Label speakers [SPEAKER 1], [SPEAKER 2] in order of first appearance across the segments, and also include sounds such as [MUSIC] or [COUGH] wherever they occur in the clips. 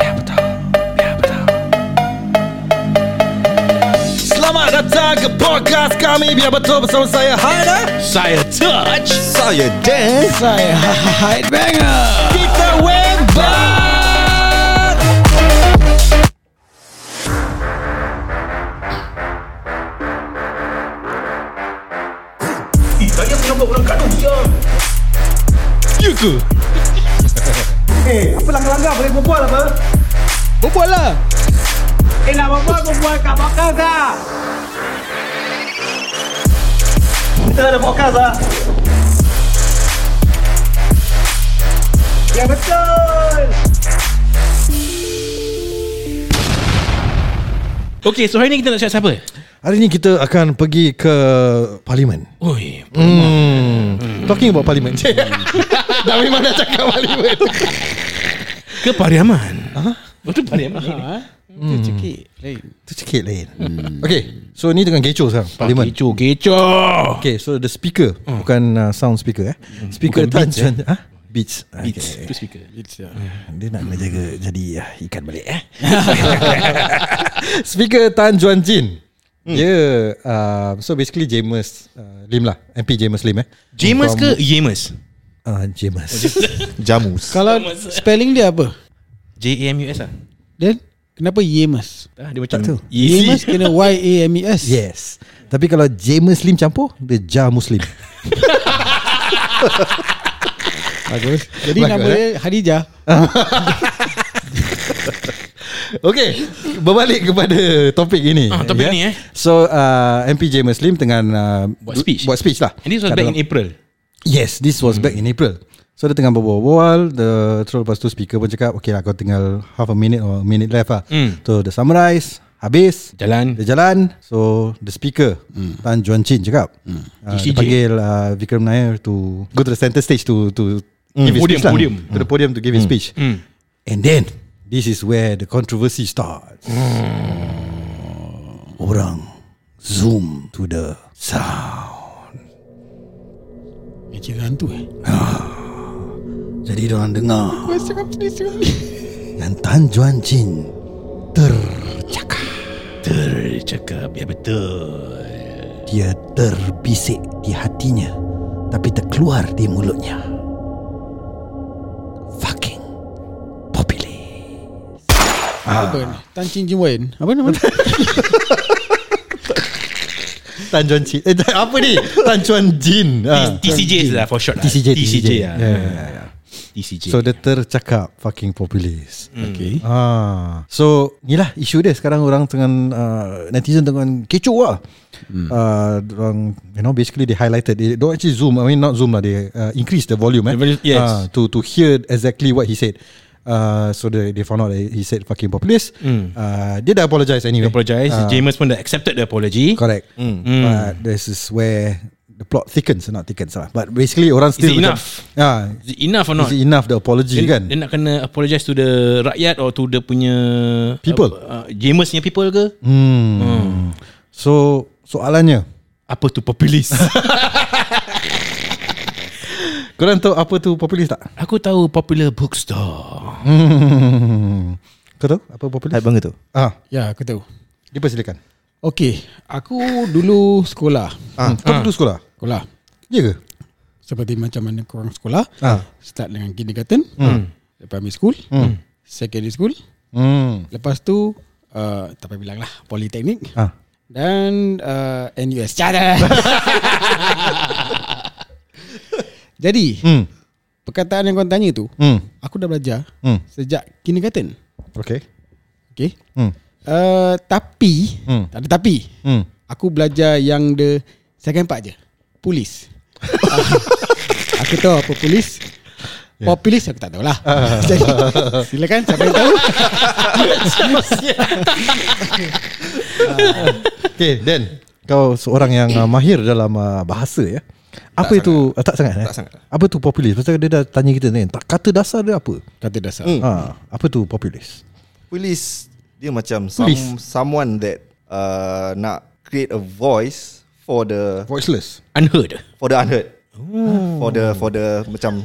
[SPEAKER 1] Ya, Nak datang ke podcast kami Biar betul bersama saya Haida
[SPEAKER 2] Saya touch
[SPEAKER 3] Saya Dan
[SPEAKER 4] Saya Hyde Banger
[SPEAKER 1] Kita way back
[SPEAKER 2] You ke?
[SPEAKER 5] Eh, apa langgar-langgar boleh berbual apa?
[SPEAKER 4] Berbual lah
[SPEAKER 5] Eh, nak berbual berbual kat podcast lah. Kita ada podcast lah. Ya betul.
[SPEAKER 2] Okay so hari ni kita nak cakap siapa?
[SPEAKER 1] Hari ni kita akan pergi ke Parlimen
[SPEAKER 2] Oi
[SPEAKER 1] hmm. Talking about Parlimen [LAUGHS] Dah memang dah cakap Parlimen
[SPEAKER 2] Ke Pariaman Ha? Betul Pariaman ha?
[SPEAKER 4] hmm. Itu cekik Lain
[SPEAKER 1] Itu sikit lain Okay So ni dengan kecoh sekarang Parlimen
[SPEAKER 2] Kecoh Kecoh
[SPEAKER 1] Okay so the speaker Bukan uh, sound speaker eh Speaker
[SPEAKER 2] Bukan beats,
[SPEAKER 1] touch eh? Beats
[SPEAKER 2] Beats
[SPEAKER 1] Okay.
[SPEAKER 2] Itu speaker uh,
[SPEAKER 1] Dia nak kena jaga Jadi ah, ikan balik eh? Speaker Tan Juan Jin hmm. Dia uh, So basically James uh, Lim lah MP James Lim eh
[SPEAKER 2] James
[SPEAKER 1] From-
[SPEAKER 2] ke James?
[SPEAKER 1] uh, James
[SPEAKER 3] Jamus
[SPEAKER 4] Kalau [LAUGHS] spelling dia apa?
[SPEAKER 2] J-A-M-U-S lah
[SPEAKER 4] Dan Kenapa Yemas?
[SPEAKER 2] Ah, Dia macam
[SPEAKER 1] Tak tahu.
[SPEAKER 4] Yemas [LAUGHS] kena Y-A-M-E-S
[SPEAKER 1] Yes Tapi kalau James Lim campur Dia Ja Muslim
[SPEAKER 4] Bagus Jadi
[SPEAKER 1] Bagus,
[SPEAKER 4] nama
[SPEAKER 1] eh?
[SPEAKER 4] dia Hadijah
[SPEAKER 1] Okay Berbalik kepada topik ini ya.
[SPEAKER 2] Ah, topik ni, eh.
[SPEAKER 1] So uh, MP James Lim tengah uh,
[SPEAKER 2] Buat speech.
[SPEAKER 1] Buat speech lah
[SPEAKER 2] And this was
[SPEAKER 1] Kat
[SPEAKER 2] back
[SPEAKER 1] dalam-
[SPEAKER 2] in April
[SPEAKER 1] Yes, this was back in April. So dia tengah berbual-bual the, Terus lepas tu speaker pun cakap Okay lah kau tinggal half a minute or a minute left lah
[SPEAKER 2] Hmm.
[SPEAKER 1] mm. So dia summarize Habis
[SPEAKER 2] Jalan
[SPEAKER 1] Dia jalan So the speaker mm. Tan Juan Chin cakap mm. uh, Dia
[SPEAKER 2] TCJ.
[SPEAKER 1] panggil uh, Vikram Nair to Go to the center stage to to give his
[SPEAKER 2] Hmm. Podium,
[SPEAKER 1] speech lah.
[SPEAKER 2] podium. Hmm.
[SPEAKER 1] To the podium to give his speech And then This is where the controversy starts Hmm. Orang Zoom to the sound
[SPEAKER 4] Cik hantu eh
[SPEAKER 1] Jadi diorang dengar Mas cakap sendiri Dan Tan Juan Jin
[SPEAKER 2] Tercakap Ya betul
[SPEAKER 1] Dia terbisik di hatinya Tapi terkeluar di mulutnya Fucking Populi
[SPEAKER 4] Apa ni? Tan Chin Jin Wen Apa nama [LAUGHS] dia?
[SPEAKER 1] Tan Juan Jin eh, Apa ni? Tan Juan Jin ah.
[SPEAKER 2] TCJ lah for short lah
[SPEAKER 1] TCJ,
[SPEAKER 2] TCJ
[SPEAKER 1] TCJ.
[SPEAKER 2] lah
[SPEAKER 1] Yeah, yeah,
[SPEAKER 2] TCJ
[SPEAKER 1] So dia tercakap Fucking populis
[SPEAKER 2] Hmm.
[SPEAKER 1] Okay ah. So ni lah isu dia Sekarang orang tengah uh, Netizen tengah kecoh lah hmm. uh, orang, You know basically they highlighted They don't actually zoom I mean not zoom lah They uh, increase the volume eh,
[SPEAKER 2] The volume, yes.
[SPEAKER 1] Ah, To to hear exactly what he said Uh, so they, they found out that he said fucking populist. Mm.
[SPEAKER 2] Hmm.
[SPEAKER 1] Uh, dia dah apologize anyway. Uh,
[SPEAKER 2] Apologise James pun dah accepted the apology
[SPEAKER 1] Ah. Correct.
[SPEAKER 2] Hmm.
[SPEAKER 1] Mm. But this is where the plot thickens, not thickens lah. But basically orang
[SPEAKER 2] Is
[SPEAKER 1] still
[SPEAKER 2] it
[SPEAKER 1] macam,
[SPEAKER 2] enough?
[SPEAKER 1] Ah,
[SPEAKER 2] Is it enough or not
[SPEAKER 1] is it enough the apology
[SPEAKER 2] dia,
[SPEAKER 1] kan?
[SPEAKER 2] dia nak kena apologize to the rakyat or to the punya
[SPEAKER 1] People.
[SPEAKER 2] uh, uh, James punya people ke
[SPEAKER 1] Hmm. hmm. So soalannya,
[SPEAKER 2] apa tu populis
[SPEAKER 1] korang tahu apa tu populis tak?
[SPEAKER 2] aku tahu popular bookstore
[SPEAKER 1] Hmm. Kau tahu apa populis?
[SPEAKER 3] Hype bangga tu
[SPEAKER 1] Ah,
[SPEAKER 4] Ya aku tahu
[SPEAKER 1] dipersilakan.
[SPEAKER 4] Okay Aku dulu sekolah
[SPEAKER 1] Ah, kau dulu sekolah.
[SPEAKER 4] Sekolah
[SPEAKER 1] Ya ke?
[SPEAKER 4] Seperti macam mana korang sekolah
[SPEAKER 1] Ah.
[SPEAKER 4] Start dengan kindergarten hmm. Primary school hmm. Secondary school
[SPEAKER 1] Hmm.
[SPEAKER 4] Lepas tu uh, Tak payah bilang lah Politeknik
[SPEAKER 1] Ah.
[SPEAKER 4] Dan uh, NUS Cara
[SPEAKER 1] [LAUGHS]
[SPEAKER 4] Jadi
[SPEAKER 1] Hmm.
[SPEAKER 4] Perkataan yang korang tanya tu
[SPEAKER 1] Hmm.
[SPEAKER 4] Aku dah belajar
[SPEAKER 1] Hmm.
[SPEAKER 4] Sejak kindergarten
[SPEAKER 1] Okay.
[SPEAKER 4] Okay
[SPEAKER 1] Hmm.
[SPEAKER 4] uh, Tapi
[SPEAKER 1] Hmm.
[SPEAKER 4] Tak ada tapi
[SPEAKER 1] Hmm.
[SPEAKER 4] Aku belajar yang the Second part je
[SPEAKER 1] [LAUGHS]
[SPEAKER 4] Polis Aku tahu apa polis
[SPEAKER 1] Ya.
[SPEAKER 4] yeah. Populis aku
[SPEAKER 1] [LAUGHS]
[SPEAKER 4] tak tahulah
[SPEAKER 1] Ah.
[SPEAKER 4] [LAUGHS] Jadi silakan siapa yang tahu
[SPEAKER 1] Okay, Dan. Kau seorang yang uh, mahir dalam uh, bahasa ya. Apa tak itu sangat. tak sangat eh?
[SPEAKER 3] Tak sangat.
[SPEAKER 1] Apa tu populis? Pasal dia dah tanya kita ni. Tak kata dasar dia apa?
[SPEAKER 4] Kata dasar
[SPEAKER 1] Hmm. Ah, apa tu populis?
[SPEAKER 3] Polis Dia macam
[SPEAKER 1] Polis.
[SPEAKER 3] some, Someone that uh, Nak create a voice For the
[SPEAKER 1] Voiceless.
[SPEAKER 2] unheard
[SPEAKER 3] For the unheard Ooh. For the For the Macam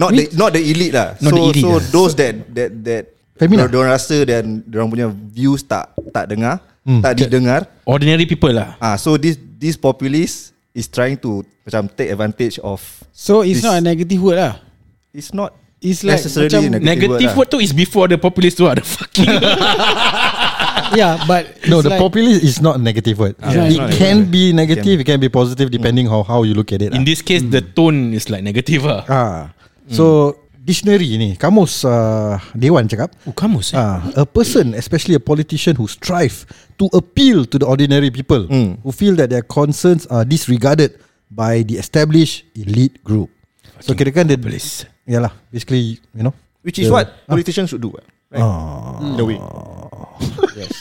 [SPEAKER 3] Not the not the elite lah.
[SPEAKER 2] Not
[SPEAKER 3] so
[SPEAKER 2] the elite
[SPEAKER 3] so
[SPEAKER 2] lah.
[SPEAKER 3] those that that that
[SPEAKER 1] Femina.
[SPEAKER 3] Diorang rasa dan diorang punya views tak tak dengar. hmm. tak didengar.
[SPEAKER 2] Ordinary people lah.
[SPEAKER 3] Ah, so this this populist is trying to macam take advantage of.
[SPEAKER 4] So it's
[SPEAKER 3] This-
[SPEAKER 4] not a negative word
[SPEAKER 1] [LAUGHS]
[SPEAKER 4] lah
[SPEAKER 3] It's not
[SPEAKER 4] It's like
[SPEAKER 3] necessarily
[SPEAKER 4] macam-
[SPEAKER 3] lah. a
[SPEAKER 2] Negative word lah. tu is before the populist tu ada fucking
[SPEAKER 4] Yeah but
[SPEAKER 1] No,
[SPEAKER 4] it's
[SPEAKER 1] the
[SPEAKER 4] like,
[SPEAKER 1] populist is not a negative word.
[SPEAKER 4] Yeah,
[SPEAKER 1] it
[SPEAKER 4] it's not a
[SPEAKER 1] can be negative, it can be positive depending how how you look at it.
[SPEAKER 2] [LAUGHS]
[SPEAKER 1] lah.
[SPEAKER 2] In this case the tone is like negative lah.
[SPEAKER 1] Ah, so dictionary ni kamus uh, Dewan cakap.
[SPEAKER 2] Oh, kamus eh.
[SPEAKER 1] Ah, a person, especially a politician who strive to appeal to the ordinary people
[SPEAKER 3] Hmm.
[SPEAKER 1] who feel that their concerns are disregarded by the established elite group. so kirakan dia
[SPEAKER 2] Populist.
[SPEAKER 1] Yalah, basically, you know.
[SPEAKER 3] Which is
[SPEAKER 1] the-
[SPEAKER 3] what politicians should do. Right? In a way. yes.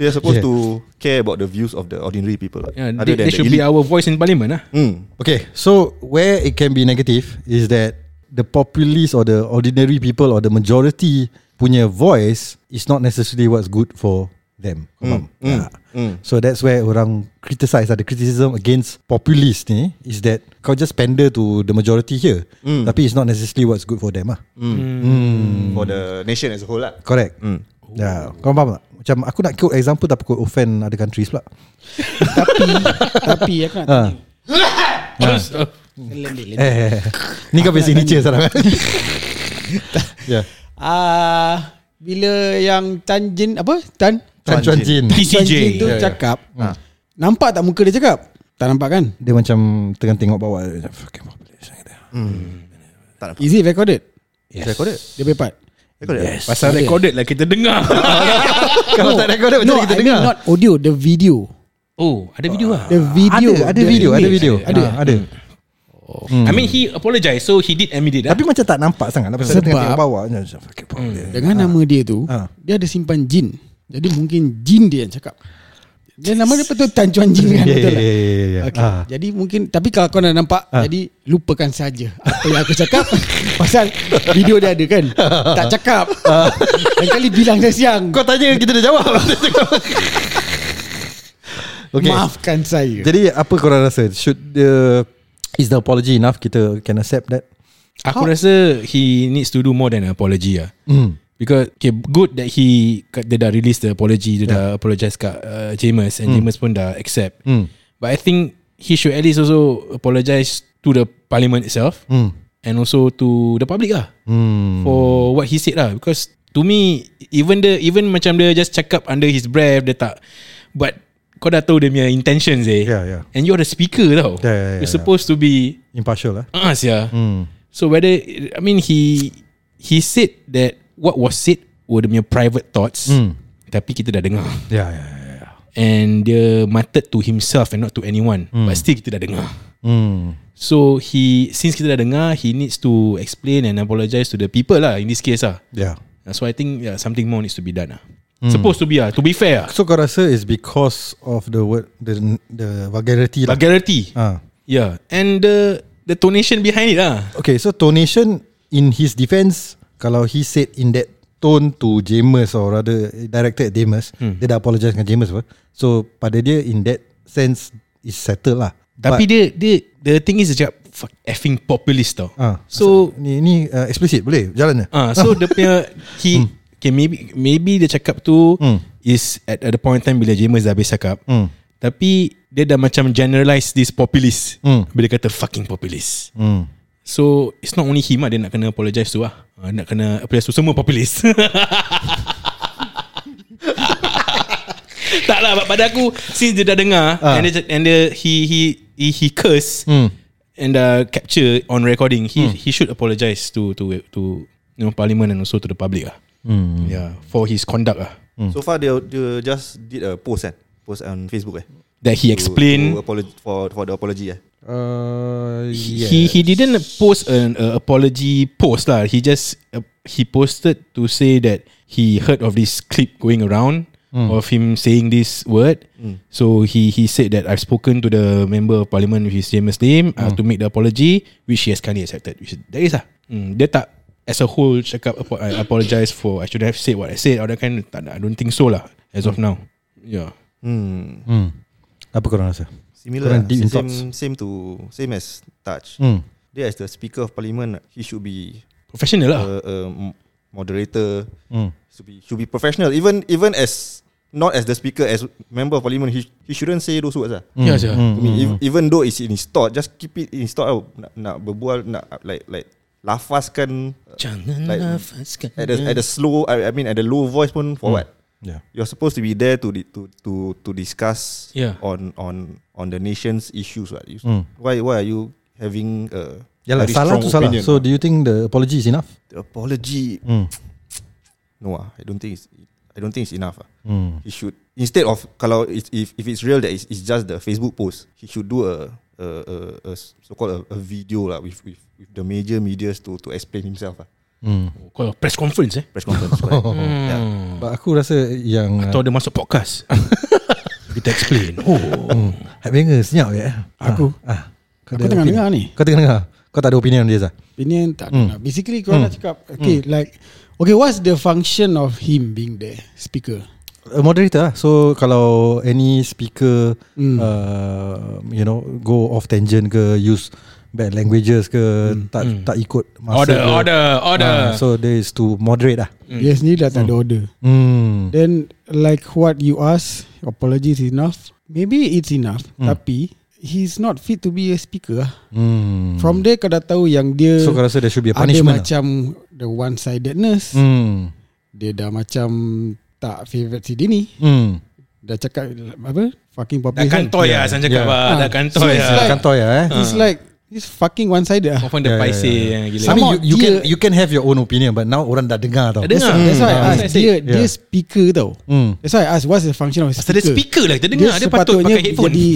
[SPEAKER 3] They are supposed
[SPEAKER 1] Yeah.
[SPEAKER 3] to care about the views of the ordinary people.
[SPEAKER 2] Yeah,
[SPEAKER 3] other
[SPEAKER 2] they, they
[SPEAKER 3] than the
[SPEAKER 2] should be
[SPEAKER 3] elite.
[SPEAKER 2] our voice in parliament lah.
[SPEAKER 3] Mm.
[SPEAKER 1] Okay, so where it can be negative is that the populace or the ordinary people or the majority punya voice is not necessarily what's good for them. Faham? Yeah. So that's where orang criticize ada criticism against populist ni is that kau just pander to the majority here tapi it's not necessarily what's good for them ah.
[SPEAKER 3] For the nation as a whole lah.
[SPEAKER 1] Correct. Yeah, kau faham tak? Macam aku nak quote example tapi aku offend other countries [LAUGHS] pula.
[SPEAKER 4] Tapi Tapi aku
[SPEAKER 1] Ah.
[SPEAKER 4] nak tanya
[SPEAKER 2] Terus, uh,
[SPEAKER 4] Lendir, lendir.
[SPEAKER 1] Eh, ni kau punya signature [LAUGHS] sekarang. yeah.
[SPEAKER 4] Ah, bila yang Tan Jin apa? Tan
[SPEAKER 1] Tan Chuan Jin. Hmm. Ah.
[SPEAKER 4] Tan Jin
[SPEAKER 2] TCJ.
[SPEAKER 4] tu
[SPEAKER 1] Ya,
[SPEAKER 4] cakap.
[SPEAKER 1] Ha.
[SPEAKER 4] Nampak tak muka dia cakap? Tak nampak kan?
[SPEAKER 1] Dia macam tengah tengok bawah dia macam, Fucking population kita
[SPEAKER 4] Is it recorded?
[SPEAKER 3] Yes. Recorded.
[SPEAKER 4] Dia punya part.
[SPEAKER 3] Yes.
[SPEAKER 2] Pasal recorded lah kita [LAUGHS] dengar.
[SPEAKER 1] Kalau tak recorded macam
[SPEAKER 4] no,
[SPEAKER 1] mana kita
[SPEAKER 4] I
[SPEAKER 1] dengar
[SPEAKER 4] mean not audio, the video.
[SPEAKER 2] oh, ada video lah.
[SPEAKER 4] The video.
[SPEAKER 1] Ah, Ada ada
[SPEAKER 4] the
[SPEAKER 1] video Ada
[SPEAKER 4] image.
[SPEAKER 1] video Ah. Ada ada
[SPEAKER 2] I mean he apologize so he did admit it lah.
[SPEAKER 1] Tapi macam tak nampak sangat lah Pasal dia tengah
[SPEAKER 4] Sebab-
[SPEAKER 1] tengok bawah Hmm. dia macam, Fucking population
[SPEAKER 4] Dengan nama dia tu,
[SPEAKER 1] Ah.
[SPEAKER 4] dia ada simpan jin. Jadi mungkin jin dia yang cakap. Dia nama dia betul Tan Chuan Jin kan
[SPEAKER 1] [LAUGHS] Ya,
[SPEAKER 4] betul
[SPEAKER 1] ya,
[SPEAKER 4] lah.
[SPEAKER 1] ya, ya, ya.
[SPEAKER 4] Okay.
[SPEAKER 1] Ah.
[SPEAKER 4] Jadi mungkin tapi kalau kau dah nampak jadi lupakan saja apa yang aku cakap [LAUGHS] pasal video dia ada kan. tak cakap. Lain kali bilang saya siang.
[SPEAKER 1] Ah. Kau tanya kita dah
[SPEAKER 4] [LAUGHS]
[SPEAKER 1] jawab Okay
[SPEAKER 4] Maafkan saya.
[SPEAKER 1] Jadi apa korang rasa Should the Is the apology enough Kita can accept that
[SPEAKER 2] Aku rasa he needs to do more than apology lah.
[SPEAKER 1] Hmm.
[SPEAKER 2] Because okay, good that he kat- dia dah release the apology, dia dah apologize kat uh,
[SPEAKER 1] Hmm.
[SPEAKER 2] James and James pun dah accept. But I think he should at least also apologize to the parliament itself
[SPEAKER 1] Hmm.
[SPEAKER 2] and also to the public lah
[SPEAKER 1] Hmm.
[SPEAKER 2] for what he said lah. Because to me, even the even macam dia just cakap under his breath, dia tak. But kau dah tahu dia punya intentions eh.
[SPEAKER 1] Yeah, yeah.
[SPEAKER 2] And you're the speaker tau.
[SPEAKER 1] Yeah, yeah, yeah,
[SPEAKER 2] You're supposed to be
[SPEAKER 1] Impartial lah
[SPEAKER 2] Ah, yeah. So whether I mean he he said that what was said were the mere private thoughts.
[SPEAKER 1] Hmm.
[SPEAKER 2] Tapi kita dah dengar.
[SPEAKER 1] Ya ya ya
[SPEAKER 2] And dia muttered to himself and not to anyone. But still kita dah dengar.
[SPEAKER 1] Hmm.
[SPEAKER 2] So he since kita dah dengar, he needs to explain and apologize to the people lah in this case lah.
[SPEAKER 1] Yeah
[SPEAKER 2] So I think yeah, something more needs to be done lah.
[SPEAKER 1] Hmm.
[SPEAKER 2] Supposed to be lah. To be fair lah.
[SPEAKER 1] So kau rasa is because of the word the the vulgarity lah.
[SPEAKER 2] Vulgarity.
[SPEAKER 1] Ah.
[SPEAKER 2] Yeah. And the the tonation behind it lah.
[SPEAKER 1] Okay, so tonation in his defense, kalau he said in that tone to James or rather directed at James,
[SPEAKER 2] Hmm.
[SPEAKER 1] dia dah apologize dengan James apa. So pada dia in that sense is settled lah.
[SPEAKER 2] Tapi dia dia the thing is dia cakap fuck effing populist tau.
[SPEAKER 1] Ah,
[SPEAKER 2] so
[SPEAKER 1] ni ni uh, explicit boleh jalan je.
[SPEAKER 2] ah so dia punya he okay maybe maybe dia cakap tu is at, at the point in time bila James dah habis cakap. Tapi dia dah macam generalize this populist. Bila dia kata fucking populist.
[SPEAKER 1] Hmm.
[SPEAKER 2] So it's not only him lah dia nak kena apologize tu lah. Ah, nak kena apologize tu semua populist. [LAUGHS] tak lah but pada aku since dia dah dengar and dia, and dia he he he, he curse and uh, capture on recording he he should apologize to to to you know parliament and also to the public ah. Yeah, for his conduct ah.
[SPEAKER 1] Mm.
[SPEAKER 3] So far they they just did a post kan. Post on Facebook eh.
[SPEAKER 2] That he
[SPEAKER 3] To-
[SPEAKER 2] explain
[SPEAKER 3] to apology, for for the apology eh.
[SPEAKER 1] Uh,
[SPEAKER 2] he he didn't post an uh, apology post lah. He just uh, he posted to say that he heard of this clip going around of him saying this word. So he he said that I've spoken to the member of parliament with his James name uh, to make the apology, which he has kindly accepted. Which that is lah. Mm, dia tak as a whole cakap apo- I apologize for I should have said what I said. Or that kind tak, ada. I don't think so lah as of now. Yeah.
[SPEAKER 3] Hmm.
[SPEAKER 1] Apa korang rasa?
[SPEAKER 3] Similar.
[SPEAKER 1] Korang
[SPEAKER 3] lah.
[SPEAKER 1] deep in
[SPEAKER 3] Same,
[SPEAKER 1] thoughts.
[SPEAKER 3] same to same as touch.
[SPEAKER 1] Hmm.
[SPEAKER 3] Dia as the speaker of parliament, eh, he should be
[SPEAKER 2] Professional lah.
[SPEAKER 3] a, a m- moderator.
[SPEAKER 1] Hmm.
[SPEAKER 3] Should be should be professional. Even even as not as the speaker, as member of parliament, he, he shouldn't say those words lah.
[SPEAKER 1] hmm,
[SPEAKER 2] Ya, sia.
[SPEAKER 3] I mean, ev- even though it's in his thought, just keep it in his thought. tau. Nak, nak berbual, nak like like lafazkan uh,
[SPEAKER 2] Jangan
[SPEAKER 3] Like,
[SPEAKER 2] nafaskan.
[SPEAKER 3] at the at the slow. I, I mean at the low voice pun for what?
[SPEAKER 1] Hmm. Yeah.
[SPEAKER 3] You're supposed to be there to di- to to to discuss
[SPEAKER 2] Yeah.
[SPEAKER 3] on on on the nation's issues. What? You, Why why are you having a
[SPEAKER 1] Yeah lah,
[SPEAKER 3] very
[SPEAKER 1] Hmm. salah
[SPEAKER 3] strong
[SPEAKER 1] tu salah.
[SPEAKER 3] opinion?
[SPEAKER 1] So do you think the apology is enough?
[SPEAKER 3] The apology.
[SPEAKER 1] Mm.
[SPEAKER 3] No, ah, I don't think it's I don't think it's enough. ah.
[SPEAKER 1] Mm.
[SPEAKER 3] He should instead of kalau it's, if if it's real that it's, it's just the Facebook post, he should do a a, a, a so called a, a video lah with, with with the major media's to to explain himself lah.
[SPEAKER 1] Mm.
[SPEAKER 2] Kalau press conference eh.
[SPEAKER 3] Press conference.
[SPEAKER 1] [LAUGHS]
[SPEAKER 3] correct. yeah. [LAUGHS]
[SPEAKER 2] Hmm.
[SPEAKER 1] But aku rasa yang uh,
[SPEAKER 2] Atau ada masuk podcast. Kita explain. Oh.
[SPEAKER 1] Hype hmm, banger senyap je eh.
[SPEAKER 4] Aku?
[SPEAKER 1] Ah, kau
[SPEAKER 4] Aku
[SPEAKER 1] ada opinion.
[SPEAKER 4] tengah dengar ni.
[SPEAKER 1] Kau tengah dengar. Kau tak ada opinion dia Zah.
[SPEAKER 4] Opinion tak
[SPEAKER 1] Hmm.
[SPEAKER 4] ada lah. Basically kau nak cakap Okay like Okay what's the function of him being there Speaker
[SPEAKER 1] A moderator lah. So kalau any speaker
[SPEAKER 4] Hmm.
[SPEAKER 1] uh, you know go off tangent ke use bad languages ke
[SPEAKER 4] Hmm.
[SPEAKER 1] tak tak ikut masa
[SPEAKER 2] Order,
[SPEAKER 1] ke.
[SPEAKER 2] order, order.
[SPEAKER 1] Ah, so there is to moderate lah.
[SPEAKER 2] Hmm.
[SPEAKER 4] Dia sendiri dah tak ada order
[SPEAKER 1] Hmm.
[SPEAKER 4] Then like what you ask, apologies enough. Maybe it's enough, tapi he's not fit to be a speaker. lah.
[SPEAKER 1] Hmm.
[SPEAKER 4] From there kau dah tahu yang dia
[SPEAKER 1] So kau rasa there should be a
[SPEAKER 4] ada
[SPEAKER 1] punishment. lah?
[SPEAKER 4] macam the one-sidedness.
[SPEAKER 1] Hmm.
[SPEAKER 4] Dia dah macam tak favourite si Dini.
[SPEAKER 1] Hmm.
[SPEAKER 4] Dah cakap apa? Fucking
[SPEAKER 2] Dah
[SPEAKER 4] population.
[SPEAKER 2] kantoi lah San cakap
[SPEAKER 1] kan? Yeah.
[SPEAKER 2] lah.
[SPEAKER 1] So
[SPEAKER 2] Dah
[SPEAKER 4] Ah.
[SPEAKER 2] kantoi
[SPEAKER 1] it's like
[SPEAKER 2] lah.
[SPEAKER 1] kantor ya eh.
[SPEAKER 4] It's like it's fucking one-sided lah.
[SPEAKER 2] Off on
[SPEAKER 1] Yeah,
[SPEAKER 2] the
[SPEAKER 1] yeah,
[SPEAKER 2] paise yang
[SPEAKER 1] I
[SPEAKER 2] eh, gila.
[SPEAKER 1] mean,
[SPEAKER 4] Some
[SPEAKER 1] you, you
[SPEAKER 4] more
[SPEAKER 1] can
[SPEAKER 4] dia-
[SPEAKER 1] you can have your own opinion but now orang dah dengar tau.
[SPEAKER 2] Dah dengar.
[SPEAKER 4] That's why I
[SPEAKER 2] That's
[SPEAKER 4] ask
[SPEAKER 2] why I
[SPEAKER 4] dia dia
[SPEAKER 1] Yeah.
[SPEAKER 4] speaker tau.
[SPEAKER 1] Hmm.
[SPEAKER 4] That's why I ask what's the function of a
[SPEAKER 2] Pasal dia
[SPEAKER 4] speaker.
[SPEAKER 2] speaker lah. Kita dengar. Dia patut
[SPEAKER 4] sepatutnya
[SPEAKER 2] pakai headphone.
[SPEAKER 4] Jadi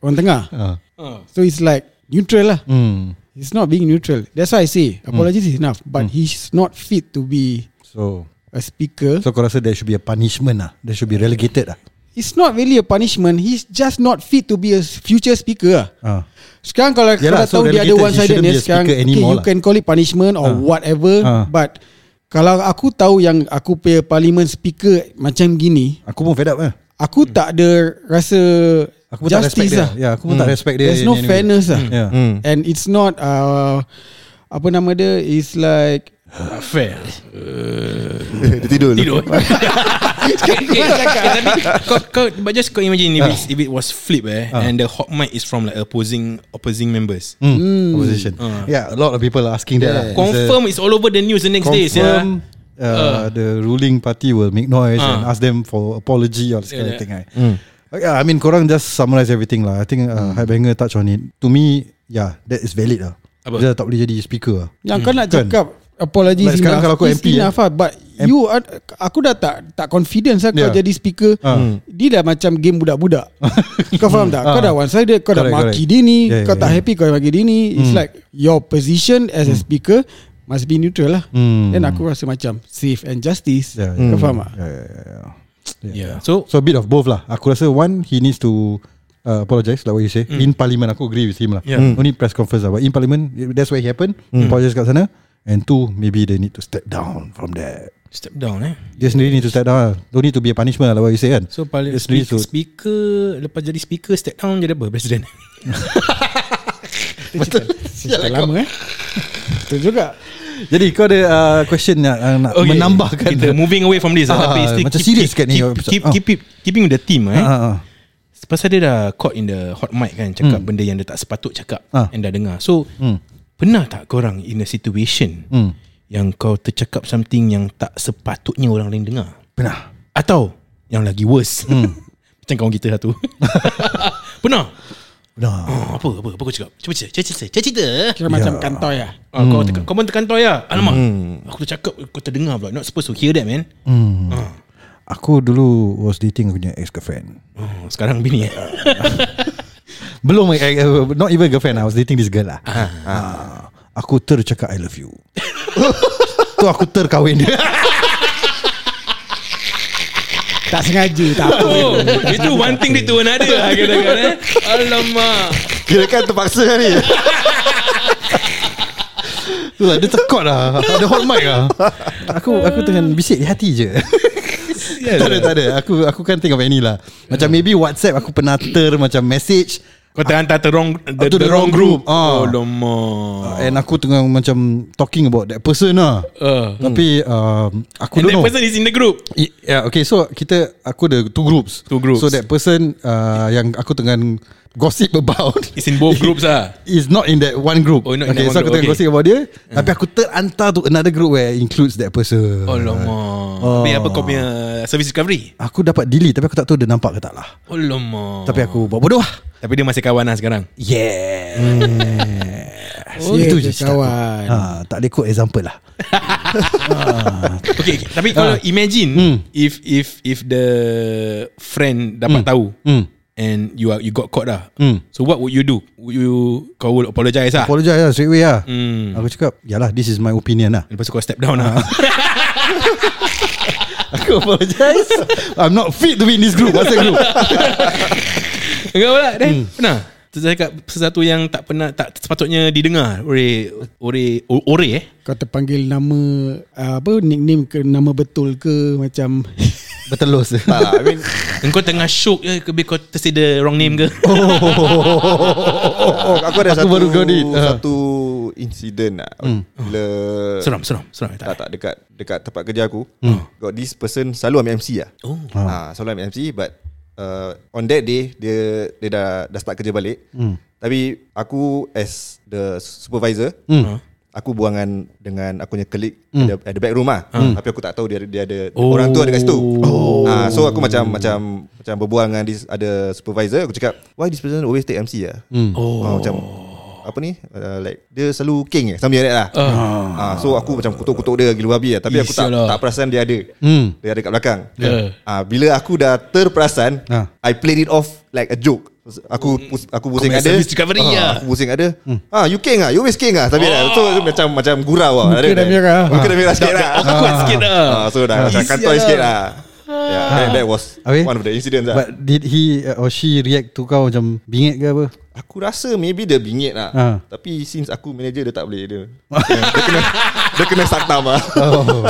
[SPEAKER 4] orang tengah.
[SPEAKER 1] Ah.
[SPEAKER 2] Ah.
[SPEAKER 4] So it's like neutral lah.
[SPEAKER 1] Hmm.
[SPEAKER 4] He's not being neutral. That's why I say apologies is enough, but he's not fit to be
[SPEAKER 1] So
[SPEAKER 4] a speaker.
[SPEAKER 1] So kau rasa there should be a punishment lah There should be relegated lah
[SPEAKER 4] it's not really a punishment. He's just not fit to be a future speaker. lah.
[SPEAKER 1] uh.
[SPEAKER 4] Sekarang kalau
[SPEAKER 1] Yalah,
[SPEAKER 4] kalau
[SPEAKER 1] lah, so
[SPEAKER 4] tahu dia ada
[SPEAKER 1] relegated, he
[SPEAKER 4] one sided
[SPEAKER 1] shouldn't be a
[SPEAKER 4] sekarang,
[SPEAKER 1] speaker
[SPEAKER 4] okay,
[SPEAKER 1] anymore
[SPEAKER 4] you
[SPEAKER 1] lah.
[SPEAKER 4] can call it punishment or
[SPEAKER 1] Ah.
[SPEAKER 4] whatever,
[SPEAKER 1] Ah.
[SPEAKER 4] but kalau aku tahu yang aku punya parliament speaker macam gini,
[SPEAKER 1] Aku pun fed up eh.
[SPEAKER 4] aku tak ada rasa
[SPEAKER 1] Aku pun tak respect
[SPEAKER 4] justice
[SPEAKER 1] dia
[SPEAKER 4] lah.
[SPEAKER 1] yeah, Aku pun tak respect dia
[SPEAKER 4] There's
[SPEAKER 1] in any way.
[SPEAKER 4] no
[SPEAKER 1] Hmm.
[SPEAKER 4] fairness lah.
[SPEAKER 1] yeah.
[SPEAKER 4] And it's not uh, apa nama dia is like
[SPEAKER 2] Ah, Fair. Eh,
[SPEAKER 3] Dia tidur. [LAUGHS]
[SPEAKER 2] Tidur. Okay, okay. Okay, tapi kau, kau, but just kau imagine if, it's, if it was flip eh,
[SPEAKER 1] Ah.
[SPEAKER 2] and the hot mic is from like opposing opposing members.
[SPEAKER 1] mm. Opposition Yeah a lot of people are asking that lah It's a-
[SPEAKER 2] Hmm. Ah. Confirm it's all over the news the next day. Ah. sia.
[SPEAKER 1] Confirm uh, The ruling party will make noise And ask them for apology Or this kind of
[SPEAKER 2] Ah. Yeah,
[SPEAKER 1] thing right? Uh, Yeah I mean korang just summarize everything lah I think uh, High Banger touch on it To me Yeah that is valid lah
[SPEAKER 2] Apa?
[SPEAKER 1] Dia tak boleh jadi speaker lah
[SPEAKER 4] Yang kau nak
[SPEAKER 1] Kan?
[SPEAKER 4] cakap Apologies
[SPEAKER 1] Like sekarang kalau
[SPEAKER 4] enough
[SPEAKER 1] aku
[SPEAKER 4] is
[SPEAKER 1] MP, eh.
[SPEAKER 4] enough lah But you are, Aku dah tak Tak confidence lah Kau
[SPEAKER 1] Yeah.
[SPEAKER 4] jadi speaker
[SPEAKER 1] Ah.
[SPEAKER 4] Dia dah macam game
[SPEAKER 1] [LAUGHS]
[SPEAKER 4] budak-budak Kau faham tak Kau
[SPEAKER 1] Ah.
[SPEAKER 4] dah one sided Kau dah
[SPEAKER 1] Correct,
[SPEAKER 4] maki
[SPEAKER 1] correct.
[SPEAKER 4] dia ni
[SPEAKER 1] Yeah,
[SPEAKER 4] Kau
[SPEAKER 1] yeah, Hmm.
[SPEAKER 4] tak
[SPEAKER 1] yeah.
[SPEAKER 4] happy Kau maki dia ni It's like Your position as a speaker Must be neutral lah
[SPEAKER 1] Hmm.
[SPEAKER 4] Then aku rasa macam Safe and justice
[SPEAKER 1] Yeah,
[SPEAKER 4] Kau faham tak
[SPEAKER 1] yeah, yeah, yeah, yeah.
[SPEAKER 2] Yeah. So
[SPEAKER 1] So a bit of both lah Aku rasa one He needs to uh, Apologise Like what you say mm. In parliament Aku agree with him lah
[SPEAKER 2] Hmm. Yeah. Mm.
[SPEAKER 1] Only press conference lah But in parliament That's where it happened mm. Apologise kat sana And two Maybe they need to step down From that
[SPEAKER 2] step down eh.
[SPEAKER 1] Dia sendiri need to step down lah Don't need to be a punishment lah Like what you say kan
[SPEAKER 2] So paling
[SPEAKER 1] Dia sendiri
[SPEAKER 2] speaker,
[SPEAKER 1] to
[SPEAKER 2] speaker lepas jadi speaker step down jadi apa presiden.
[SPEAKER 4] Cerita lama eh Betul juga
[SPEAKER 1] [LAUGHS] Jadi kau ada uh, question Nak, uh, nak okay. menambahkan
[SPEAKER 2] Kita moving away from this
[SPEAKER 1] Ah,
[SPEAKER 2] ah, tapi still
[SPEAKER 1] macam
[SPEAKER 2] keep-
[SPEAKER 1] serious
[SPEAKER 2] keep-
[SPEAKER 1] kat ni
[SPEAKER 2] keep,
[SPEAKER 1] episode.
[SPEAKER 2] keep,
[SPEAKER 1] Ah.
[SPEAKER 2] keep, it keeping with the team
[SPEAKER 1] Ah,
[SPEAKER 2] eh.
[SPEAKER 1] ah, ah.
[SPEAKER 2] Pasal dia dah caught in the hot mic kan Cakap benda yang dia tak sepatut cakap
[SPEAKER 1] Ah.
[SPEAKER 2] And dah dengar So Pernah tak korang in a situation
[SPEAKER 1] Hmm.
[SPEAKER 2] Yang kau tercakap something yang tak sepatutnya orang lain dengar
[SPEAKER 1] Pernah
[SPEAKER 2] Atau Yang lagi worse [LAUGHS] Macam kawan kita satu [LAUGHS] Pernah
[SPEAKER 1] Pernah
[SPEAKER 2] oh, Apa apa apa kau cakap Cuba cerita Cerita cerita, cerita.
[SPEAKER 4] Kira macam kantoi lah
[SPEAKER 2] Ah, kau, teka, kau pun terkantoi lah Alamak Aku tercakap Kau terdengar pula Not supposed to hear that man
[SPEAKER 1] Aku dulu Was dating aku punya ex-girlfriend
[SPEAKER 2] oh, Sekarang bini eh
[SPEAKER 1] Belum eh, eh, Not even girlfriend I was dating this girl lah Ah. Aku tercakap I [LAUGHS] love you Tu aku terkahwin
[SPEAKER 4] Tak sengaja Tak
[SPEAKER 2] [LAUGHS]
[SPEAKER 4] apa
[SPEAKER 2] [LAUGHS] Oh, itu one thing dia tu another lah katakan [LAUGHS] eh. Alamak.
[SPEAKER 3] Kira kan terpaksa kan
[SPEAKER 2] [LAUGHS]
[SPEAKER 3] ni.
[SPEAKER 1] Itulah dia tekot lah Ada hot mic lah Aku aku dengan bisik di hati [LAUGHS] je tak ada tak ada Aku aku kan think of any lah Macam maybe whatsapp Aku pernah ter Macam message
[SPEAKER 2] Kau terhantar the wrong the,
[SPEAKER 1] To the
[SPEAKER 2] the,
[SPEAKER 1] wrong
[SPEAKER 2] wrong group.
[SPEAKER 1] group. Ah.
[SPEAKER 2] Oh, lama.
[SPEAKER 1] And aku tengah macam talking about that person lah.
[SPEAKER 2] Uh,
[SPEAKER 1] Tapi um, aku
[SPEAKER 2] and
[SPEAKER 1] don't
[SPEAKER 2] that
[SPEAKER 1] know.
[SPEAKER 2] person is in the group.
[SPEAKER 1] I- Yeah, okay. So kita aku ada two groups.
[SPEAKER 2] Two groups.
[SPEAKER 1] So that person uh, yang aku tengah gossip
[SPEAKER 2] [LAUGHS]
[SPEAKER 1] about
[SPEAKER 2] It's in both groups ah.
[SPEAKER 1] is not in that one group.
[SPEAKER 2] Oh, not in
[SPEAKER 1] okay,
[SPEAKER 2] that one
[SPEAKER 1] so aku tengah
[SPEAKER 2] group, okay. Hmm.
[SPEAKER 1] gossip about dia, tapi aku terhantar to another group where includes that person.
[SPEAKER 2] Oh lama.
[SPEAKER 1] Oh.
[SPEAKER 2] Ni apa kau punya service recovery?
[SPEAKER 1] Aku dapat delete tapi aku tak tahu dia nampak ke tak lah.
[SPEAKER 2] Oh lama.
[SPEAKER 1] Tapi aku buat bodoh lah.
[SPEAKER 2] Tapi dia masih kawan lah sekarang.
[SPEAKER 1] Yeah.
[SPEAKER 4] Oh,
[SPEAKER 1] Itu je
[SPEAKER 4] dia
[SPEAKER 1] cerita aku.
[SPEAKER 4] kawan.
[SPEAKER 1] Ha, tak ada quote example lah.
[SPEAKER 2] Okay, okay. tapi kalau imagine
[SPEAKER 1] Hmm.
[SPEAKER 2] if if if the friend dapat
[SPEAKER 1] Hmm.
[SPEAKER 2] tahu
[SPEAKER 1] Hmm.
[SPEAKER 2] and you are you got caught lah.
[SPEAKER 1] Hmm.
[SPEAKER 2] So what would you do? Would you kau will apologize lah.
[SPEAKER 1] Apologize lah straight away lah.
[SPEAKER 2] Hmm.
[SPEAKER 1] Aku cakap, yalah this is my opinion lah.
[SPEAKER 2] Lepas tu kau step down lah.
[SPEAKER 1] Aku apologize. [LAUGHS] I'm not fit to be in this group.
[SPEAKER 2] [LAUGHS]
[SPEAKER 1] What's that group?
[SPEAKER 2] Kau pula Dan hmm. Pernah Saya cakap sesuatu yang tak pernah tak sepatutnya didengar oleh oleh oleh eh.
[SPEAKER 4] Kau terpanggil nama uh, apa nickname ke nama betul ke macam
[SPEAKER 1] Bertelus.
[SPEAKER 3] Tak lah, I mean
[SPEAKER 2] Engkau tengah shock ke ke kau tersi the wrong name ke?
[SPEAKER 3] oh, Aku ada
[SPEAKER 1] Aku
[SPEAKER 3] satu
[SPEAKER 1] baru got it. Hmm. Ah.
[SPEAKER 3] Satu insiden lah Bila
[SPEAKER 2] [LAUGHS] Seram seram seram
[SPEAKER 3] Tak
[SPEAKER 2] tak.
[SPEAKER 3] tak dekat Dekat tempat kerja aku Got this person Selalu ambil MC lah
[SPEAKER 2] Oh.
[SPEAKER 3] ha, Selalu ambil MC But uh, On that day Dia dia dah, dah start kerja balik Tapi Aku as The supervisor Aku buangan Dengan aku punya colleague ada, ada back room lah Tapi aku tak tahu Dia, dia ada
[SPEAKER 2] Oh.
[SPEAKER 3] Orang tu ada kat situ ha, So aku macam Macam macam berbual dengan this, Ada supervisor Aku cakap Why this person always take MC lah oh. ha, Macam apa ni uh, like dia selalu king eh sambil like that lah uh.
[SPEAKER 2] Ah.
[SPEAKER 3] ha, so aku macam kutuk-kutuk dia gila babi lah tapi aku tak
[SPEAKER 2] Isialah.
[SPEAKER 3] tak perasan dia ada
[SPEAKER 1] Hmm.
[SPEAKER 3] dia ada kat belakang.
[SPEAKER 2] Yeah.
[SPEAKER 3] Ah bila aku dah terperasan,
[SPEAKER 1] Ah.
[SPEAKER 3] I played it off like a joke. Aku pus- aku
[SPEAKER 2] Mm.
[SPEAKER 3] pusing
[SPEAKER 2] punya
[SPEAKER 3] ada.
[SPEAKER 2] service recovery
[SPEAKER 3] Ah,
[SPEAKER 2] lah.
[SPEAKER 3] Aku pusing ada. Ah you king ah, you always king ah. Tapi oh. so, so macam macam gurau ah.
[SPEAKER 4] Muka dah merah.
[SPEAKER 3] Muka dah merah sikit lah.
[SPEAKER 2] Awkward Ah. sikit lah.
[SPEAKER 3] Ah so dah macam kantoi
[SPEAKER 2] Isialah.
[SPEAKER 3] sikit lah. Yeah, and that was
[SPEAKER 1] Habis?
[SPEAKER 3] one of the incidents lah.
[SPEAKER 1] [LAUGHS] But did he or she react to kau macam bingit ke apa?
[SPEAKER 3] Aku rasa maybe dia bingit lah
[SPEAKER 1] Ah.
[SPEAKER 3] Tapi since aku manager dia tak boleh Dia, dia kena Dia kena saktam lah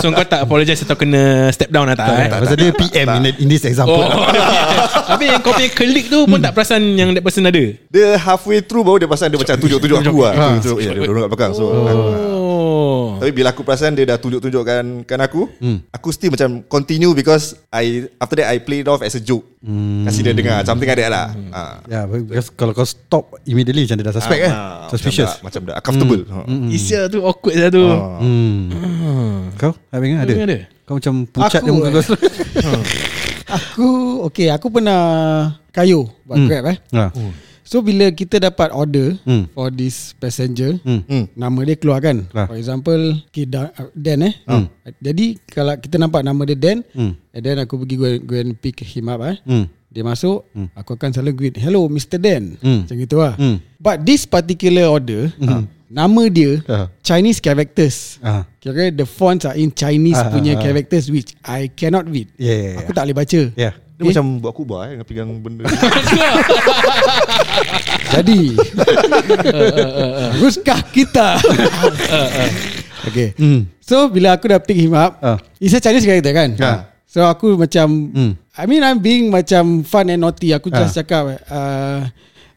[SPEAKER 2] So kau tak apologize atau kena step down lah Oh. tak, eh?
[SPEAKER 1] Pasal dia PM in, in this
[SPEAKER 2] Oh,
[SPEAKER 1] example.
[SPEAKER 2] [LAUGHS] Tapi yang kau punya colleague tu pun tak perasan yang that person ada.
[SPEAKER 3] Dia halfway through baru dia pasang Dia macam tunjuk-tunjuk aku lah Tunjuk-tunjuk Ya dia dorong kat belakang So aku-
[SPEAKER 2] Oh.
[SPEAKER 3] Tapi bila aku perasan dia dah tunjuk-tunjukkan kan aku, hmm. aku still macam continue because I after that I play it off as a joke. Hmm. Kasi dia dengar something like that lah. Hmm. Ha.
[SPEAKER 1] Ya, yeah, because kalau kau stop immediately macam dia dah suspect eh.
[SPEAKER 3] Ah,
[SPEAKER 1] Suspicious.
[SPEAKER 3] Macam dah, macam dah comfortable. Hmm.
[SPEAKER 2] Isya tu awkward lah tu.
[SPEAKER 1] Hmm. Kau Habing ada?
[SPEAKER 2] Habing ada?
[SPEAKER 1] Kau macam pucat
[SPEAKER 4] Aku,
[SPEAKER 1] dia muka kau.
[SPEAKER 4] aku okey aku pernah kayu buat
[SPEAKER 1] Hmm.
[SPEAKER 4] grab eh.
[SPEAKER 1] Ha.
[SPEAKER 4] So bila kita dapat order
[SPEAKER 1] Hmm.
[SPEAKER 4] for this passenger,
[SPEAKER 1] Hmm.
[SPEAKER 3] Hmm.
[SPEAKER 4] nama dia keluar kan.
[SPEAKER 1] Ah.
[SPEAKER 4] For example, okay, Dan, uh, Dan eh.
[SPEAKER 1] Hmm.
[SPEAKER 4] Jadi kalau kita nampak nama dia Dan,
[SPEAKER 1] Hmm.
[SPEAKER 4] and then aku pergi go, and- go and pick him up eh.
[SPEAKER 1] Hmm.
[SPEAKER 4] Dia masuk Aku akan selalu greet Hello Mr. Dan
[SPEAKER 1] Hmm.
[SPEAKER 4] Macam gitu lah
[SPEAKER 1] Hmm.
[SPEAKER 4] But this particular order uh, Nama dia
[SPEAKER 1] Ah.
[SPEAKER 4] Chinese characters
[SPEAKER 1] Ah.
[SPEAKER 4] Kira the fonts are in Chinese
[SPEAKER 1] Ah,
[SPEAKER 4] punya
[SPEAKER 1] ah, ah.
[SPEAKER 4] characters Which I cannot read
[SPEAKER 1] Yeah, yeah, yeah.
[SPEAKER 4] Aku tak boleh baca
[SPEAKER 1] Ya.
[SPEAKER 3] Dia macam buat kubah eh, dengan pegang benda.
[SPEAKER 4] Jadi [LAUGHS] Ruskah
[SPEAKER 1] [LAUGHS]
[SPEAKER 4] kita Okay
[SPEAKER 1] Hmm.
[SPEAKER 4] So bila aku dah pick him up
[SPEAKER 1] Ah.
[SPEAKER 4] He's a Chinese character kan
[SPEAKER 1] Ah.
[SPEAKER 4] So aku macam
[SPEAKER 1] Hmm.
[SPEAKER 4] I mean I'm being macam fun and naughty Aku just
[SPEAKER 1] Ah.
[SPEAKER 4] cakap uh,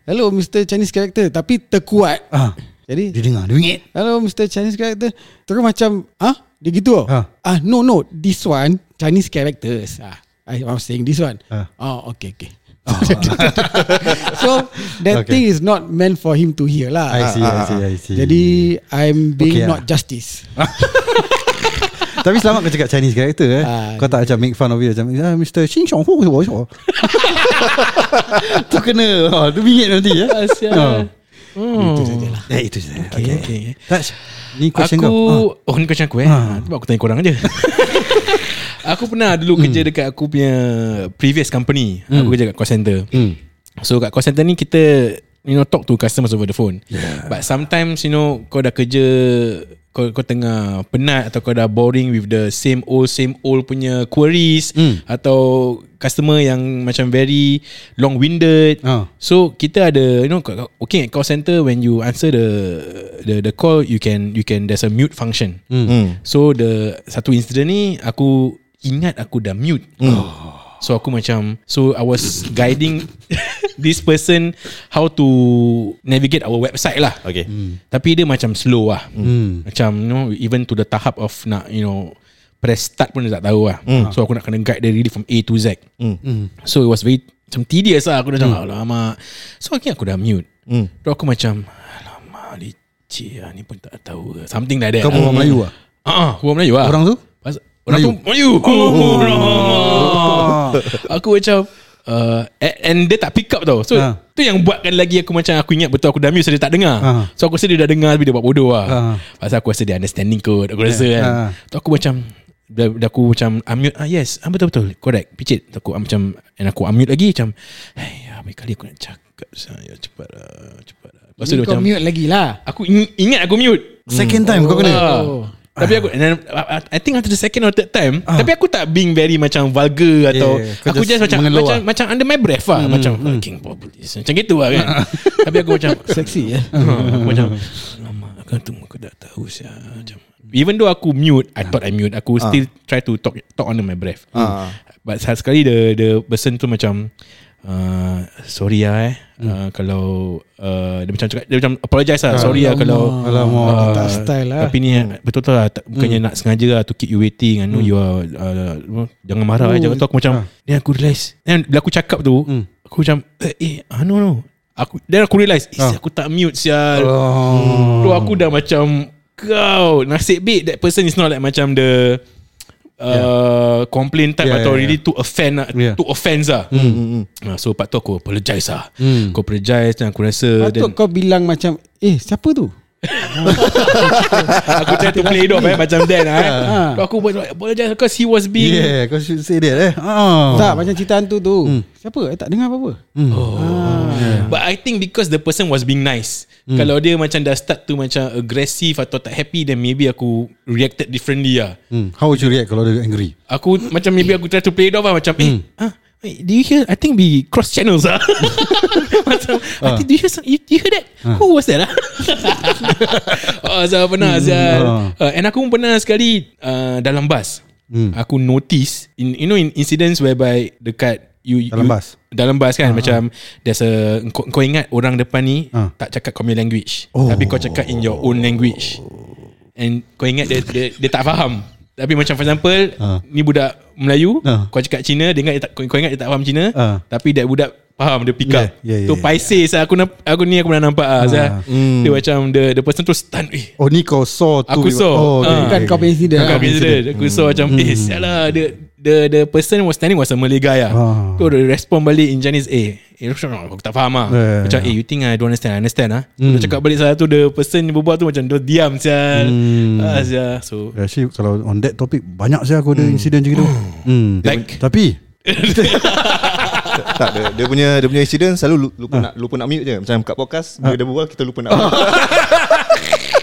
[SPEAKER 4] Hello Mr. Chinese character Tapi terkuat
[SPEAKER 1] Ah.
[SPEAKER 4] Jadi
[SPEAKER 1] Dia dengar, dia bingit.
[SPEAKER 4] Hello Mr. Chinese character Terus macam Ah huh? Dia gitu tau
[SPEAKER 1] Ah.
[SPEAKER 4] ah. no no This one Chinese characters ah. I was saying this one
[SPEAKER 1] Ah.
[SPEAKER 4] Oh okay okay [LAUGHS] So
[SPEAKER 1] Okay.
[SPEAKER 4] that okay. thing is not meant for him to hear lah
[SPEAKER 1] I see, I
[SPEAKER 3] ah,
[SPEAKER 1] see, I see.
[SPEAKER 4] Jadi I'm being
[SPEAKER 1] Okay, ah.
[SPEAKER 4] okay, not justice
[SPEAKER 1] Tapi selamat kau cakap Chinese character eh.
[SPEAKER 4] Ah,
[SPEAKER 1] kau tak macam make fun of it macam ah, Mr. Shin Chong Hu Hu Hu. [LAUGHS] Tu kena. Ha, tu bingit nanti ya.
[SPEAKER 2] Asyik.
[SPEAKER 1] Ah.
[SPEAKER 4] Itu sajalah
[SPEAKER 1] Eh itu je.
[SPEAKER 2] Okay, okay.
[SPEAKER 1] Touch. Ni
[SPEAKER 2] Aku
[SPEAKER 1] question kau. Ah.
[SPEAKER 2] Oh ni question aku eh ha. Sebab aku tanya korang aja [LAUGHS] Aku pernah dulu kerja dekat aku punya Previous company Aku kerja kat call center So kat call center ni kita You know talk to customers over the phone yeah. But sometimes you know Kau dah kerja kau, kau tengah penat Atau kau dah boring with the same old Same old punya queries
[SPEAKER 1] Hmm.
[SPEAKER 2] Atau customer yang macam very Long-winded
[SPEAKER 1] Ah.
[SPEAKER 2] So kita ada you know okay at call center when you answer the the the call you can you can there's a mute function.
[SPEAKER 3] Hmm.
[SPEAKER 2] So the satu incident ni aku
[SPEAKER 1] Oh.
[SPEAKER 2] ingat aku dah mute. So aku macam so I was guiding [LAUGHS] this person how to navigate our website lah.
[SPEAKER 3] [LAUGHS] Okay.
[SPEAKER 2] Tapi dia macam slow lah.
[SPEAKER 1] Hmm.
[SPEAKER 2] Macam you know even to the tahap of nak you know press start pun dia tak tahu lah.
[SPEAKER 1] Hmm.
[SPEAKER 2] So aku nak kena guide dia really from A to Z. So it was very macam tedious lah aku dah
[SPEAKER 1] Hmm.
[SPEAKER 2] macam alamak. So akhirnya aku dah mute. Tu aku macam alamak licik lah ni pun tak tahu ke. Something like that.
[SPEAKER 1] Kau orang Melayu ah?
[SPEAKER 2] Ah, orang Melayu lah.
[SPEAKER 1] Orang tu?
[SPEAKER 2] Pas- Orang Melayu. tu Melayu. Oh. Allah. Aku macam Uh, and, and dia tak pick up tau So
[SPEAKER 1] Ha.
[SPEAKER 2] tu yang buatkan lagi Aku macam aku ingat betul Aku dah mute so dia tak dengar
[SPEAKER 1] Ha.
[SPEAKER 2] So aku rasa dia dah dengar Tapi dia buat bodoh lah
[SPEAKER 1] Ha.
[SPEAKER 2] Pasal aku rasa dia understanding kot Aku rasa kan
[SPEAKER 1] Ha.
[SPEAKER 2] Tu aku macam dah, dah aku macam Unmute ah, Yes ah, betul-betul Correct Picit Tu aku ah, macam And aku unmute lagi Macam Hei apa kali aku nak cakap Saya cepat lah Cepat lah Lepas tu dia
[SPEAKER 4] Kau
[SPEAKER 2] macam
[SPEAKER 4] mute lagi lah
[SPEAKER 2] Aku ing- ingat aku mute
[SPEAKER 1] Second time kau kena.
[SPEAKER 2] Ah. Tapi aku and then, I- I- I think after the second or third time Tapi aku tak being very Macam vulgar Atau
[SPEAKER 1] yeah, yeah. Kau just
[SPEAKER 2] Aku just, macam
[SPEAKER 1] mengeluh
[SPEAKER 2] macam,
[SPEAKER 1] lah.
[SPEAKER 2] macam under my breath lah Macam fucking populist Macam gitu lah kan Tapi aku macam Ah,
[SPEAKER 4] Seksi
[SPEAKER 2] [LAUGHS]
[SPEAKER 4] ya
[SPEAKER 2] Aku macam Alamak Aku tu aku tak tahu sia Macam Even though aku mute I thought I mute Aku still try to talk Talk under my breath
[SPEAKER 3] Ah.
[SPEAKER 2] But satu sekali The the person tu macam uh, Sorry lah eh uh, Kalau uh, Dia macam cakap Dia macam apologize lah Sorry lah kalau
[SPEAKER 1] Alamak.
[SPEAKER 2] Ah,
[SPEAKER 4] Tak style lah.
[SPEAKER 2] Tapi ni betul-betul lah tak, Bukannya
[SPEAKER 1] Hmm.
[SPEAKER 2] nak sengaja lah To keep you waiting I know you are uh, apa, Jangan marah
[SPEAKER 1] Oh.
[SPEAKER 2] eh Jangan tu aku
[SPEAKER 1] Ah.
[SPEAKER 2] macam Then aku realise Then bila aku cakap tu
[SPEAKER 1] Hmm.
[SPEAKER 2] Aku macam Eh, eh ah, no no Aku, then aku realise Eh aku tak mute sial
[SPEAKER 1] Ah. Oh.
[SPEAKER 2] Hmm. Tu aku dah macam Kau Nasib baik That person is not like macam the Uh, complain type
[SPEAKER 1] Yeah,
[SPEAKER 2] atau
[SPEAKER 1] yeah,
[SPEAKER 2] really to offend
[SPEAKER 1] Yeah. Hmm,
[SPEAKER 2] yeah. to offense lah Ah, so part tu aku apologize lah aku apologize dan aku rasa then,
[SPEAKER 4] Patut kau bilang macam Eh siapa tu
[SPEAKER 2] aku try to play it off eh, macam then eh. So, aku buat apologize because he was being
[SPEAKER 1] Yeah, kau should say that eh. Oh. Hmm.
[SPEAKER 4] Tak macam cerita hantu tu Siapa Eh, tak dengar apa-apa
[SPEAKER 1] Oh.
[SPEAKER 2] But I think because the person was being nice. Kalau dia macam dah start tu macam agresif atau tak happy then maybe aku reacted differently lah.
[SPEAKER 1] Hmm. How would you react kalau dia angry?
[SPEAKER 2] Aku macam maybe aku try to play it off lah macam
[SPEAKER 1] Hmm.
[SPEAKER 2] eh ah, wait, do you hear I think we cross channels
[SPEAKER 1] [LAUGHS]
[SPEAKER 2] ah. macam
[SPEAKER 1] Ah.
[SPEAKER 2] I think do you hear some, you, you hear that? Who was
[SPEAKER 1] [LAUGHS]
[SPEAKER 2] that ah? oh, saya pernah
[SPEAKER 1] Hmm,
[SPEAKER 2] Azal.
[SPEAKER 1] ah.
[SPEAKER 2] Uh, and aku pun pernah sekali uh, dalam bas.
[SPEAKER 1] Hmm.
[SPEAKER 2] Aku notice in you know in incidents whereby dekat you
[SPEAKER 1] Dalam
[SPEAKER 2] you,
[SPEAKER 1] bas?
[SPEAKER 2] dalam bas kan macam there's a kau, kau ingat orang depan ni
[SPEAKER 1] Ah.
[SPEAKER 2] tak cakap kau punya language oh. tapi kau cakap in your own language and kau ingat dia dia, dia tak faham tapi macam for example
[SPEAKER 1] Ah.
[SPEAKER 2] ni budak Melayu
[SPEAKER 1] Ah.
[SPEAKER 2] kau cakap Cina dia ingat dia tak, kau kau ingat dia tak faham Cina
[SPEAKER 1] Ah.
[SPEAKER 2] tapi that budak faham dia pick up
[SPEAKER 1] Yeah, yeah,
[SPEAKER 2] tu
[SPEAKER 1] yeah, Ha.
[SPEAKER 2] paiseh yeah. aku namp- aku ni aku pernah nampak ah, Azhar. dia macam the the person tu stun eh
[SPEAKER 1] Oh ni kau saw tu.
[SPEAKER 2] Aku saw.
[SPEAKER 1] Oh,
[SPEAKER 2] Ah.
[SPEAKER 4] Bukan kau punya incident
[SPEAKER 2] Kakak
[SPEAKER 4] lah.
[SPEAKER 2] incident Aku saw macam Eh sial lah the, the, the person was standing Was a Malay guy lah
[SPEAKER 1] Ah.
[SPEAKER 2] Tu dia respond balik In Chinese Eh eh, Aku tak faham lah
[SPEAKER 1] Yeah. Hmm.
[SPEAKER 2] Macam eh you think I don't understand I understand lah Dia cakap balik salah tu The person yang berbual tu Macam dia diam sial
[SPEAKER 1] Hmm.
[SPEAKER 2] ah, sial. So
[SPEAKER 1] Actually kalau on that topic Banyak saya aku ada insiden macam gitu hmm.
[SPEAKER 2] Like-
[SPEAKER 1] Tapi
[SPEAKER 3] Tak dia, dia punya dia punya incident selalu lu- lupa nak lupa nak mute je. Macam kat podcast bila dia berbual kita lupa nak [LAUGHS] mute.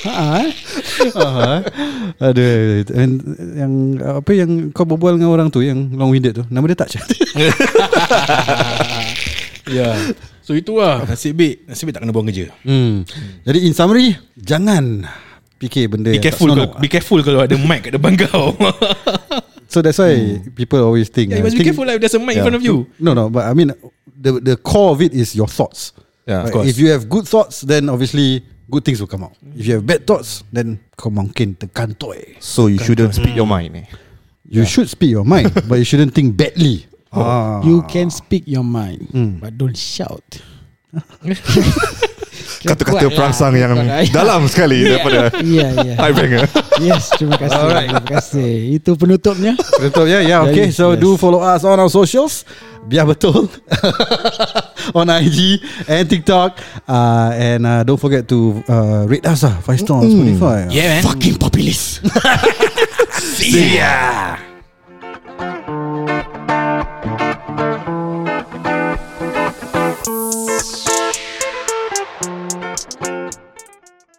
[SPEAKER 4] Ha, eh?
[SPEAKER 1] Aha. Ada And, Yang Apa yang Kau berbual dengan orang tu Yang long winded tu Nama dia tak
[SPEAKER 2] yeah. Ya. So itu lah Nasib baik Nasib baik tak kena buang kerja
[SPEAKER 1] [LAUGHS] hmm. Jadi in summary Jangan Fikir benda
[SPEAKER 2] Be
[SPEAKER 1] yang tak
[SPEAKER 2] careful
[SPEAKER 1] seronok.
[SPEAKER 2] kalau, Be careful kalau ada mic Kat depan [LAUGHS] kau
[SPEAKER 1] So that's why People always think
[SPEAKER 2] yeah, You
[SPEAKER 1] uh,
[SPEAKER 2] must be
[SPEAKER 1] think-
[SPEAKER 2] careful lah If there's a mic in
[SPEAKER 3] Yeah.
[SPEAKER 2] front of you
[SPEAKER 1] No no But I mean The the core of it Is your thoughts
[SPEAKER 3] Yeah, of
[SPEAKER 1] Right? If you have good thoughts Then obviously Good things will come out If you have bad thoughts Then Kau mungkin terkantoi
[SPEAKER 3] So you shouldn't speak your mind ni.
[SPEAKER 1] You should speak your mind [LAUGHS] But you shouldn't think badly ah.
[SPEAKER 4] You can speak your mind
[SPEAKER 3] Hmm.
[SPEAKER 4] But don't [LAUGHS] shout Kuat lah.
[SPEAKER 3] Kata-kata perangsang yang
[SPEAKER 4] Kuat lah.
[SPEAKER 3] dalam sekali daripada
[SPEAKER 4] [LAUGHS] Ya
[SPEAKER 3] [LAUGHS]
[SPEAKER 4] ya
[SPEAKER 3] High Banger.
[SPEAKER 4] Yes terima kasih Terima kasih Itu
[SPEAKER 3] [LAUGHS]
[SPEAKER 4] penutupnya
[SPEAKER 1] Betul ya, ya.
[SPEAKER 4] Yeah,
[SPEAKER 1] Okay,
[SPEAKER 4] yes,
[SPEAKER 1] so
[SPEAKER 4] yes.
[SPEAKER 1] do follow us on our socials. Biar
[SPEAKER 4] [LAUGHS]
[SPEAKER 1] betul on IG and TikTok, uh, and uh, don't forget to uh, rate
[SPEAKER 4] Hmm.
[SPEAKER 1] us ah five star on Spotify.
[SPEAKER 2] Yeah man
[SPEAKER 1] fucking populist.
[SPEAKER 2] See ya